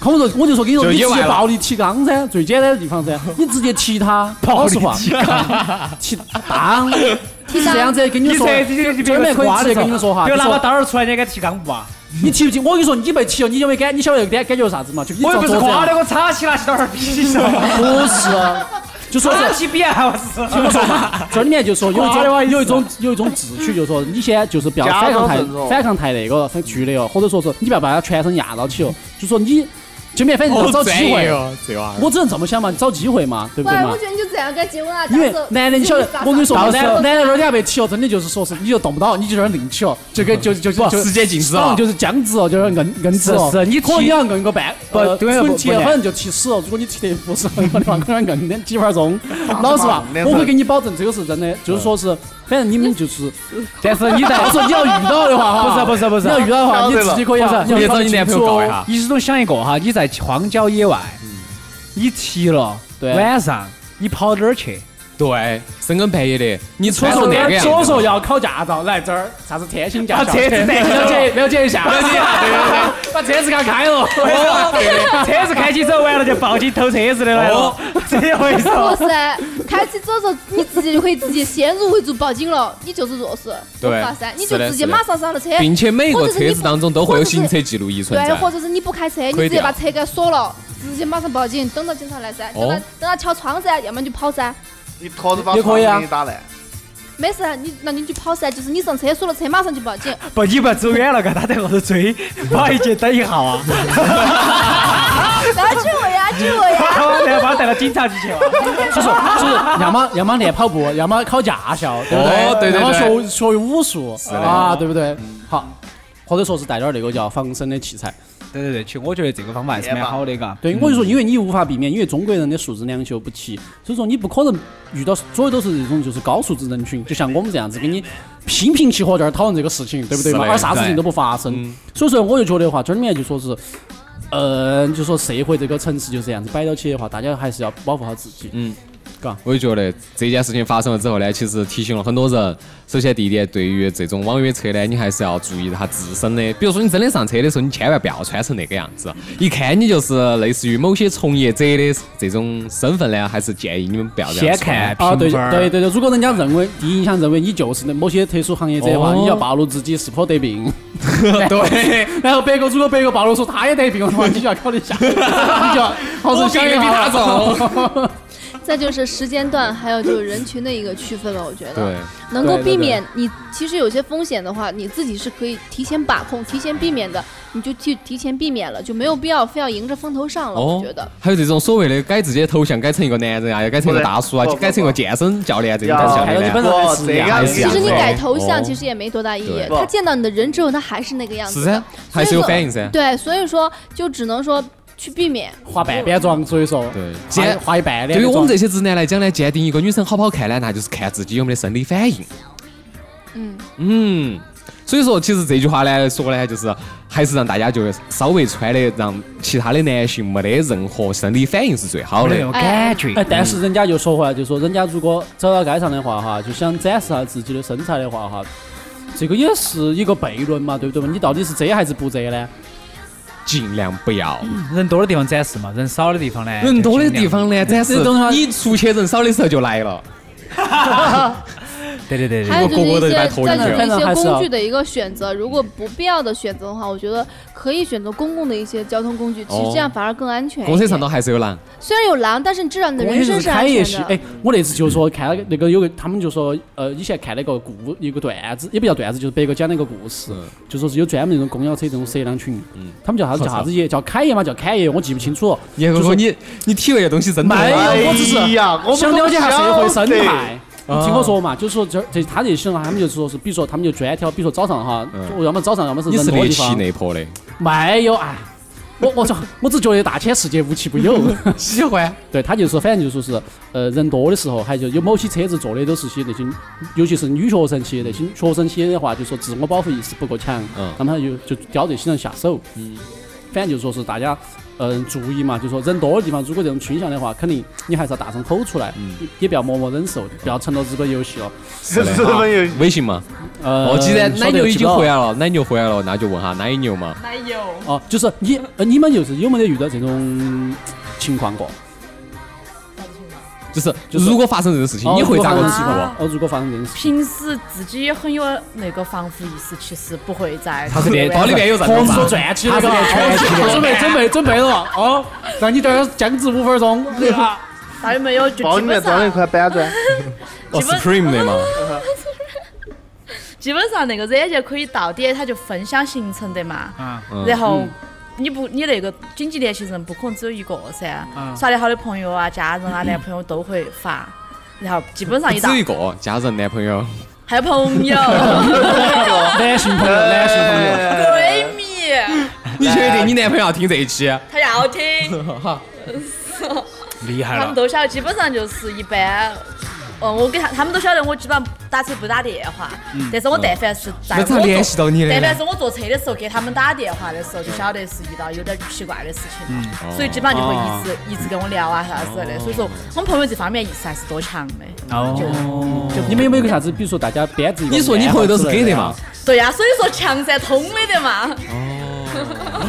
Speaker 2: 框不住，我就说跟你说，
Speaker 1: 就
Speaker 2: 你
Speaker 1: 野
Speaker 2: 直
Speaker 1: 外
Speaker 2: 接
Speaker 1: 了
Speaker 2: 暴力提肛噻，最简单的地方噻，你直接踢他，老实话， 踢当，踢
Speaker 4: 裆
Speaker 2: 这样子跟你
Speaker 3: 你
Speaker 2: 说。
Speaker 3: 这这这
Speaker 2: 专门可以直接跟你们说哈，
Speaker 3: 比
Speaker 2: 你
Speaker 3: 如拿把
Speaker 2: 说
Speaker 3: 刀儿出来，你敢提肛不啊？
Speaker 2: 你踢不踢？我跟你说，你被踢了，你有没有感？你晓得感感觉是啥子嘛？就跟你
Speaker 3: 我又不是
Speaker 2: 照桌子一样
Speaker 3: 夸的，我插起拿起刀儿比一下，
Speaker 2: 不是，就说
Speaker 3: 插
Speaker 2: 是
Speaker 3: 起比啊，我是。
Speaker 2: 听我说 嘛，这里面就说有一
Speaker 3: 夸的我
Speaker 2: 种
Speaker 3: 意思
Speaker 2: 有一种有一种智取，就是说你先就是不要
Speaker 6: 假
Speaker 2: 反抗
Speaker 6: 装
Speaker 2: 太
Speaker 6: 尊重
Speaker 2: 反抗太那个很剧烈哦，或者说是你不要把他全身压到起哦，就说你前面反正要找机会，
Speaker 1: 哦，这娃儿，
Speaker 2: 我只能这么想嘛，找机会嘛，对不对
Speaker 4: 喂，
Speaker 2: 嘛
Speaker 4: 我？觉得你就这样该结婚了。
Speaker 2: 因为
Speaker 4: 到时候
Speaker 2: 男的，你晓得
Speaker 4: 自己，撒
Speaker 2: 我跟你说，
Speaker 4: 撒
Speaker 2: 男的男的，如果你还被踢哦，真的就是说是你就动不到，你就在那儿硬起哦，就跟就就就
Speaker 1: 不
Speaker 2: 就
Speaker 1: 时间静止
Speaker 2: 可能
Speaker 1: 啊，
Speaker 2: 就是僵直哦，就是硬硬直哦。
Speaker 3: 是是你
Speaker 2: 可能
Speaker 3: 踢
Speaker 2: 你要硬个半，
Speaker 3: 不
Speaker 2: 呃
Speaker 3: 对啊不
Speaker 2: 纯踢
Speaker 3: 不
Speaker 2: 得
Speaker 3: 练
Speaker 2: 很就踢死了。如果你踢得不是很好的话，可能硬点几分钟。老实话
Speaker 6: 两，分
Speaker 2: 我会给你保证，这个是真的。就是说是，反正你们就是，
Speaker 3: 但是你 在
Speaker 2: 到时候你要遇到的话，
Speaker 3: 不是
Speaker 2: 哈
Speaker 3: 不是不是啊
Speaker 2: 你要，遇到的话，
Speaker 6: 晓
Speaker 2: 你
Speaker 6: 得
Speaker 2: 自己可以
Speaker 3: 了
Speaker 2: 啊，
Speaker 3: 不
Speaker 2: 要
Speaker 3: 是
Speaker 1: 你找
Speaker 2: 搞
Speaker 1: 你
Speaker 2: 清
Speaker 1: 男朋友
Speaker 2: 楚
Speaker 1: 搞
Speaker 2: 哦
Speaker 1: 一下，
Speaker 3: 你始终想一个哈，你在荒郊野外，你踢了，
Speaker 2: 对
Speaker 3: 晚上你跑哪儿 去？
Speaker 1: 对，深更半夜的，你
Speaker 2: 所
Speaker 1: 穿
Speaker 2: 以
Speaker 1: 成
Speaker 2: 说
Speaker 1: 那个样子，
Speaker 2: 所以说要考驾照，来这儿啥子天星驾校，
Speaker 3: 把 车子带过来
Speaker 2: 了解了解一下，
Speaker 1: 了解一下对对对
Speaker 2: 把 车子给他开了。
Speaker 3: 车子开起走完了就报警偷车子的来了
Speaker 1: 哦，
Speaker 3: 这一回事。
Speaker 4: 不是，开起走的时候，你直接就可以直接先入为主报警了，你就是弱势，
Speaker 1: 对
Speaker 4: 不发噻，你就是
Speaker 1: 的
Speaker 4: 直接
Speaker 1: 是的
Speaker 4: 马上上了车，
Speaker 1: 并且每
Speaker 4: 或
Speaker 1: 个
Speaker 4: 者是你
Speaker 1: 车子当中都会有行车记录仪存
Speaker 4: 对，
Speaker 1: 在
Speaker 4: 或。者是你不开车，你
Speaker 1: 可以
Speaker 4: 直接
Speaker 1: 的
Speaker 4: 把车给锁了，直接马上报警，等到警察来噻，等他
Speaker 1: 哦
Speaker 4: 等他敲窗噻，要么你就跑噻，
Speaker 6: 你拖着把
Speaker 2: 也可以啊
Speaker 6: 床给你打烂，
Speaker 4: 没事，啊你那你就跑噻，就是你上车锁了车，马上就报警，
Speaker 3: 不，你不要走远了，嘎，他在后头 追，把一节等一下啊，
Speaker 4: 然后追我呀，追我呀，
Speaker 3: 把把带到警察局去了。
Speaker 2: 所以说，所以 说要么要么练跑步，要么考驾校，对不
Speaker 1: 哦对对对
Speaker 2: 要么学学武术
Speaker 1: 的
Speaker 2: 啊，对不对？好，或者说是带点儿那个叫防身的器材。
Speaker 3: 对对对，其实我觉得这个方法还是蛮好的，嘎。
Speaker 2: 对，我就说，因为你无法避免，因为中国人的素质良莠不齐，所以说你不可能遇到所有都是那种就是高素质人群，就像我们这样子，跟你心平气和在这儿讨论这个事情，对不对嘛？
Speaker 1: 是的
Speaker 2: 而啥事情都不发生。所以说，我就觉得话，这里面就说是，呃，就说社会这个层次就这样子摆到起的话，大家还是要保护好自己。
Speaker 3: 嗯
Speaker 1: 我就觉得这件事情发生了之后呢，其实提醒了很多人。首先，第一点，对于这种网约车呢，你还是要注意它自身的。比如说，你真的上车的时候，你千万不要穿成那个样子。一看你就是类似于某些从业者的这种身份呢，还是建议你们不要这样
Speaker 3: 先
Speaker 1: 穿哦
Speaker 3: 看
Speaker 2: 啊，对
Speaker 3: 评分儿
Speaker 2: 对对对，如果人家认为第一印象认为你就是那某些特殊行业者的话，
Speaker 1: 哦
Speaker 2: 你要暴露自己是否得病。
Speaker 3: 哦
Speaker 1: 对，
Speaker 2: 然后别个如果别个暴露说他也得病的话，你就要考虑一下，你 就要好生想一
Speaker 1: 我病得比
Speaker 2: 下
Speaker 1: 他重。
Speaker 4: 再就是时间段，还有就是人群的一个区分了，我觉得。
Speaker 1: 对，
Speaker 4: 能够
Speaker 2: 对对
Speaker 4: 避免你其实有些风险的话，你自己是可以提前把控、提前避免的，你就去提前避免了，就没有必要非要迎着风头上了。
Speaker 1: 哦
Speaker 4: 我觉得，
Speaker 1: 还有这种所谓的改自己的头像，改成一个男人啊，要改成一个大叔啊，
Speaker 3: 哦
Speaker 6: 不
Speaker 1: 就改成一个健身教练啊这种
Speaker 6: 要
Speaker 1: 才
Speaker 2: 还
Speaker 1: 是
Speaker 2: 有你
Speaker 1: 的
Speaker 2: 本
Speaker 1: 呢。
Speaker 2: 人还
Speaker 6: 不
Speaker 2: 是
Speaker 6: 这
Speaker 2: 样
Speaker 6: 样
Speaker 1: 还
Speaker 2: 的
Speaker 1: 是
Speaker 4: 其实你
Speaker 1: 对
Speaker 4: 改头像
Speaker 1: 哦
Speaker 4: 其实也没多大意义
Speaker 1: 对，
Speaker 4: 他见到你的人之后，他还是那个样
Speaker 1: 是
Speaker 4: 子
Speaker 1: 噻
Speaker 4: 的。，
Speaker 1: 还是有反应噻。
Speaker 4: 对，所以说就只能说去避免。
Speaker 2: 化半边妆，所以说
Speaker 1: 对
Speaker 2: 化化一半脸
Speaker 1: 对于
Speaker 2: 的
Speaker 1: 我
Speaker 2: 妆
Speaker 1: 们这些直男来讲呢，鉴定一个女生好不好看呢，那就是看自己有没得生理反应。
Speaker 4: 嗯，
Speaker 1: 嗯，所以说其实这句话呢说呢，就是还是让大家就稍微穿的让其他的男性没得任何生理反应是最好的。
Speaker 3: 有感觉。
Speaker 2: 哎，
Speaker 1: 嗯
Speaker 2: 但是人家就说回来，就说人家如果走到街上的话，哈，就想展示下自己的身材的话，哈，这个也是一个悖论嘛，对不对嘛？你到底是遮还是不遮呢？
Speaker 1: 尽量不要，
Speaker 2: 嗯
Speaker 1: 哎
Speaker 3: 人多的地方展示嘛，人少的地方呢？
Speaker 1: 人多的
Speaker 3: 就尽量
Speaker 1: 地。方呢，展示
Speaker 2: 这种话
Speaker 1: 你出去人少的时候就来了。
Speaker 3: 对对对
Speaker 4: 还
Speaker 3: 对。
Speaker 4: 有就是
Speaker 1: 如果个个都
Speaker 4: 一些
Speaker 1: 把
Speaker 4: 再
Speaker 1: 它
Speaker 4: 就
Speaker 1: 投进去
Speaker 4: 是
Speaker 2: 反正
Speaker 4: 一
Speaker 2: 还
Speaker 4: 些
Speaker 2: 是要
Speaker 4: 工具的一个选择，如果不必要的选择的话，我觉得可以选择公共的一些交通工具，其实
Speaker 1: 哦
Speaker 4: 这样反而更安全一点。
Speaker 1: 公车上头还是有狼，
Speaker 4: 虽然有狼，但是你至少你的
Speaker 2: 我
Speaker 4: 人
Speaker 2: 也
Speaker 4: 身
Speaker 2: 是
Speaker 4: 是
Speaker 2: 开
Speaker 4: 安
Speaker 2: 一
Speaker 4: 全
Speaker 2: 些，
Speaker 4: 的。
Speaker 2: 哎，我那次就说看那个那个有个，他们就说，呃，以前看那个故有个段子，也不叫段子，就是别个讲那个故事
Speaker 1: 嗯，
Speaker 2: 就说是有专门那种公交车这种色狼群
Speaker 1: 嗯，
Speaker 2: 他们叫啥子
Speaker 1: 我
Speaker 2: 叫
Speaker 1: 操
Speaker 2: 啥子爷，叫凯爷嘛，叫凯爷，我记不清楚。
Speaker 1: 你
Speaker 2: 就
Speaker 1: 哥
Speaker 2: 说
Speaker 1: 哥你你体味的东西真多。
Speaker 2: 没
Speaker 1: 哎
Speaker 2: 有，我只是
Speaker 6: 哎呀我们
Speaker 2: 想了解一下社会生
Speaker 6: 都不晓
Speaker 2: 态。你
Speaker 1: 啊
Speaker 2: 听我说嘛，就是说这这他这些人，啊他们就说是，比如说他们就专挑，比如说早上哈，
Speaker 1: 嗯
Speaker 2: 就要么早上，要么是
Speaker 1: 你
Speaker 2: 人
Speaker 1: 是
Speaker 2: 多的
Speaker 1: 猎
Speaker 2: 地
Speaker 1: 奇
Speaker 2: 方。
Speaker 1: 那波的，
Speaker 2: 没有，哎，我我操，我只觉得大千世界无奇不有。
Speaker 1: 喜欢。
Speaker 2: 对他就说，反正就说是，呃，人多的时候，还有就有某些车子坐的都是些那些，尤其是女学生些那些学生些的话，就说自我保护意识不够强，
Speaker 1: 嗯
Speaker 2: 那么他就就挑这些人下手。嗯，反正就说是大家，嗯、注意嘛，就说人多的地方，如果这种倾向的话，肯定你还是要大声吼出来，
Speaker 1: 嗯
Speaker 2: 也也不要默默忍受，不要成了日本游戏了。 哦
Speaker 6: 是日本有
Speaker 1: 微信嘛，
Speaker 2: 呃，
Speaker 1: 哦，既然
Speaker 2: 晓
Speaker 1: 奶
Speaker 2: 得
Speaker 1: 牛
Speaker 2: 就
Speaker 1: 已
Speaker 2: 知
Speaker 1: 经
Speaker 2: 道
Speaker 1: 回来了，奶牛回来了，那就问下奶牛嘛。
Speaker 5: 奶油，
Speaker 2: 哦，就是你，呃，你们就是有没得遇到这种情况过？
Speaker 1: 就是，
Speaker 2: 就是
Speaker 1: 如果发生这种事情，你会咋个
Speaker 2: 哦如果
Speaker 1: 处
Speaker 2: 发生
Speaker 1: 理？
Speaker 2: 哦，如果发生这种事，
Speaker 5: 平时自己很有那个防护意识，其实不会在
Speaker 3: 他是练
Speaker 1: 包里面有啥
Speaker 2: 婆
Speaker 1: 子
Speaker 2: 子
Speaker 1: 嘛
Speaker 2: 都转起那个，
Speaker 3: 他是练拳击的
Speaker 2: 哦准备准备准备了哦，让你等僵持五分钟。啊
Speaker 5: 大有没有？就
Speaker 6: 包
Speaker 5: 基
Speaker 6: 里面
Speaker 5: 本
Speaker 6: 装了一
Speaker 5: 上
Speaker 6: 块板砖，
Speaker 1: 哦
Speaker 5: 基本
Speaker 1: ，Supreme 的嘛，
Speaker 5: 基本上那个软件可以到点，它就分享行程的嘛。
Speaker 3: 啊，
Speaker 1: 嗯
Speaker 5: 然后你不，你那个紧急联系人不可能只有一个噻，耍得好的朋友啊、家人啊、男朋友都会发，然后基本上一
Speaker 1: 只
Speaker 5: 到
Speaker 1: 有一个家人、男朋友，
Speaker 5: 还有朋友、
Speaker 2: 男性朋友，男性朋友，
Speaker 5: 闺蜜，
Speaker 1: 你确定你男朋友要听这一期？
Speaker 5: 他要听，
Speaker 3: 厉害
Speaker 5: 他们
Speaker 3: 了。
Speaker 5: 都晓得，基本上就是一般。嗯，我给他，他们都晓得我基本上打车不打电话，但是我但凡是
Speaker 1: 那
Speaker 5: 在
Speaker 1: 咋
Speaker 5: 我坐
Speaker 1: 联系到你的
Speaker 5: 但凡
Speaker 1: 呢？
Speaker 5: 是我坐车的时候给他们打电话的时候，就晓得是遇到有点奇怪的事情了，所以基本上就会一直、一直跟我聊啊啥子的。所以说，我们朋友这方面意识还是多强的。
Speaker 3: 哦，
Speaker 2: 就你们有没有个啥子？比如说大家编制一个
Speaker 1: 你说你朋友都是给的嘛？
Speaker 5: 对呀、所以说强噻，通的得嘛。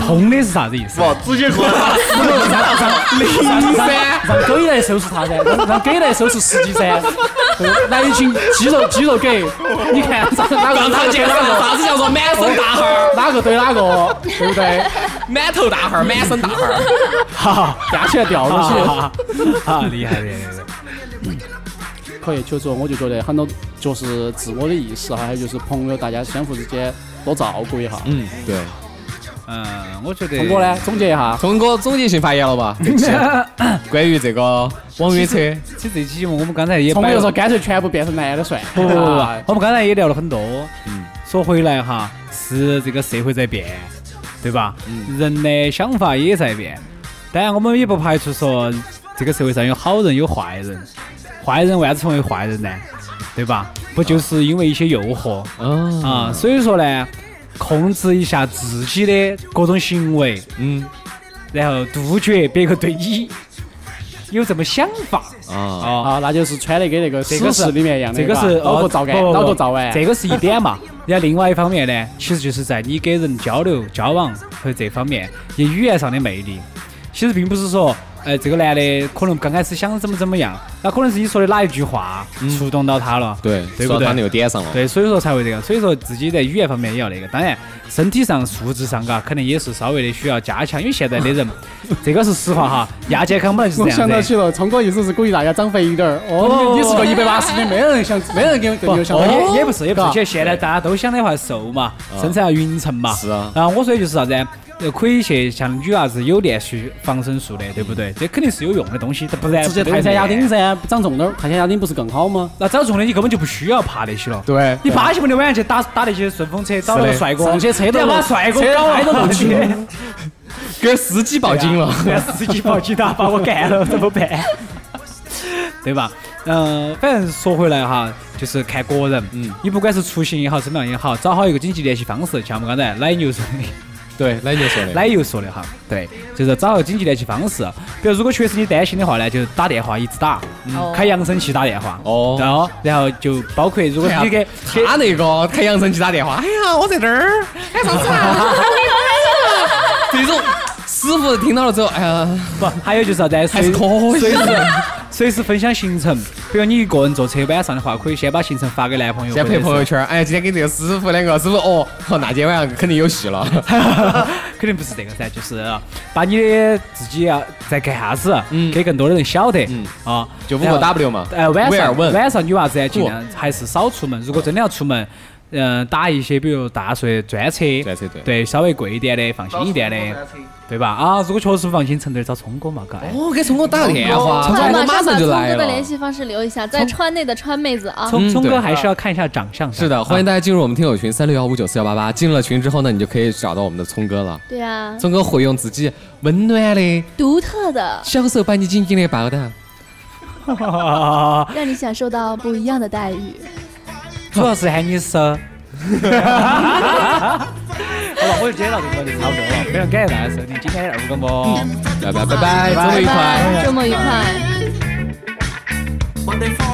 Speaker 3: 通的是啥子意思？
Speaker 6: 不直接过来，
Speaker 1: 零 三，
Speaker 2: 让狗来收拾他噻，让让狗来收拾司机噻。对来一群肌肉肌肉狗，你看咋哪个
Speaker 1: 让他介绍啥子叫做满身大汗、
Speaker 2: 哪个对哪个，对不对？
Speaker 1: 满头大汗、满身大汗？
Speaker 3: 哈哈
Speaker 2: 压起来掉
Speaker 3: 哈
Speaker 2: 东西。
Speaker 3: 哈哈， 啊厉害厉害厉害。
Speaker 2: 可以，其实我就觉得很多就是自我的意识哈，还有就是朋友，大家相互之间多照顾一下。
Speaker 1: 嗯，对，
Speaker 3: 嗯，我觉得
Speaker 2: 聪哥 呢，总结一下，
Speaker 1: 聪哥总结性发言了吧？这期 关于这个网约车，
Speaker 3: 其实这期节目我们刚才也
Speaker 2: 聪哥
Speaker 3: 摆
Speaker 2: 就
Speaker 3: 了
Speaker 2: 说干脆全部变成男的算了。
Speaker 3: 不不不不
Speaker 2: 啊，
Speaker 3: 我们刚才也聊了很多。
Speaker 1: 嗯
Speaker 3: 说回来哈，是这个社会在变，对吧？
Speaker 1: 嗯
Speaker 3: 人的想法也在变。当然，我们也不排除说这个社会上有好人有坏人，坏人为啥子成为坏人呢？对吧？不就是因为一些诱惑
Speaker 1: 嗯
Speaker 3: 啊？所以说呢，控制一下自己的各种行为，
Speaker 1: 嗯
Speaker 3: 然后杜绝别个对你有这么想法
Speaker 1: 啊，
Speaker 3: 啊。
Speaker 2: 啊，那就是穿的跟那个
Speaker 3: 这
Speaker 2: 死
Speaker 3: 个
Speaker 2: 侍
Speaker 3: 是
Speaker 2: 里面一样的，
Speaker 3: 这个是
Speaker 2: 脑壳
Speaker 3: 哦
Speaker 2: 照干，
Speaker 3: 不不不
Speaker 2: 脑壳照完。
Speaker 3: 这个是一 点嘛。然后另外一方面呢，其实就是在你给人交流、交往和这方面，也语言上的魅力。其实并不是说，呃，这个男的可能刚开始想怎么怎么样，那可能是你说的哪一句话
Speaker 2: 嗯
Speaker 3: 触动到他了，
Speaker 1: 对，
Speaker 3: 对
Speaker 1: 说
Speaker 3: 不
Speaker 1: 到他那
Speaker 3: 对？
Speaker 1: 个点上了，
Speaker 3: 对，所以说才会这个。所以说自己在语言方面也要那个。当然，身体上、素质上，嘎，肯定也是稍微的需要加强，因为现在的 人，这个是实话哈，亚健康本来就是
Speaker 2: 我
Speaker 3: 这
Speaker 2: 想到
Speaker 3: 样子。
Speaker 2: 起了，聪哥意思是鼓励大家长肥一点儿。哦，你你是个一百八十的，没人想，没人跟跟你有想法。
Speaker 3: 哦，也也不是，也不是。
Speaker 2: 嘎啊
Speaker 3: 其实现在大家都想的话瘦嘛，身材要匀称嘛。
Speaker 1: 是啊
Speaker 3: 然后我说的就是啥子？呃，可以去像女娃子有练习防身术的，对不对？这肯定是有用的东西，这不
Speaker 2: 嗯
Speaker 3: 然
Speaker 2: 直接
Speaker 3: 不得
Speaker 2: 泰山压顶
Speaker 3: 练。
Speaker 2: 噻，不长重点儿，泰山压顶不是更好吗？
Speaker 3: 那找重的你根本就不需要怕那些了。
Speaker 2: 对
Speaker 3: 你怕些不？你晚上去打打那些顺风车，找那个帅哥，
Speaker 2: 上去车
Speaker 3: 你
Speaker 2: 都
Speaker 3: 要把帅哥
Speaker 2: 车
Speaker 3: 搞
Speaker 2: 开
Speaker 3: 了
Speaker 2: 都漏气了
Speaker 1: 给司机报警了。
Speaker 3: 让司机报警打把我干 了怎么办？对吧？嗯、反正说回来哈，就是看个人，嗯，你不管是出行也好，怎么样也好，找好一个经济联系方式，像我们刚才奶牛说的。
Speaker 1: 对，奶牛说的，
Speaker 3: 奶油说的哈，对，就是找个经济联系方式。比如如果确实你担心的话呢，就打电话一直打，
Speaker 5: 哦
Speaker 3: 开扬声器打电话。
Speaker 1: 嗯哦
Speaker 3: 然后，然后就包括如 果
Speaker 1: 哎呀
Speaker 3: 你给给
Speaker 1: 他那个开扬声器打电话，哎呀，我在这儿，哎，上次啊，这种师傅听到了之后，哎呀，
Speaker 3: 不， 还有就是啥子？
Speaker 1: 还是可以
Speaker 3: 随时随时分享行程。比如你一个人坐车晚上的话，可以先把行程发给男朋友。
Speaker 1: 先
Speaker 3: 或者
Speaker 1: 拍
Speaker 3: 是
Speaker 1: 朋友圈，哎，今天跟这个师傅两个师傅哦，好，那今天晚上肯定有戏了。
Speaker 3: 肯定不是这个噻，就是把你的自己要在干啥子，啊给更多的人晓得，啊，
Speaker 1: 嗯就五个 W 嘛
Speaker 3: 呃，晚
Speaker 1: 威尔
Speaker 3: 上
Speaker 1: 问
Speaker 3: 晚上女娃子呢，尽量还是少出门。如果真的要出门，嗯，打一些比如大岁专车，
Speaker 1: 专车对
Speaker 3: 对，稍微贵一点的，放心一点 的，对吧？啊，如果确实不放心，成都找聪哥嘛，嘎，哎
Speaker 1: 哦，给聪哥打个电话，聪
Speaker 4: 好，
Speaker 1: 哥
Speaker 4: 马
Speaker 1: 马
Speaker 4: 上把
Speaker 1: 上
Speaker 4: 聪
Speaker 1: 就来
Speaker 4: 哥的
Speaker 1: 了
Speaker 4: 联。系方式留一下，在川内的川妹子啊，
Speaker 3: 聪
Speaker 1: 嗯
Speaker 3: 聪
Speaker 1: 对
Speaker 3: 哥还是要看一下长相。
Speaker 1: 是的，欢迎大家进入我们听友群三六幺五九四幺八八。进了群之后呢，你就可以找到我们的聪哥了。
Speaker 4: 对啊，
Speaker 1: 聪哥会用自己温暖的
Speaker 4: 独特的，
Speaker 1: 小手把你紧紧的抱到。
Speaker 3: 啊。
Speaker 4: 让你享受到不一样的待遇。
Speaker 3: 主要是喊你收。 好了，我就接到这个就差不多了。非常感谢大家收听今天的二五广播。
Speaker 1: 拜拜拜拜，周末愉快。
Speaker 4: 拜，周末愉快。
Speaker 7: What they find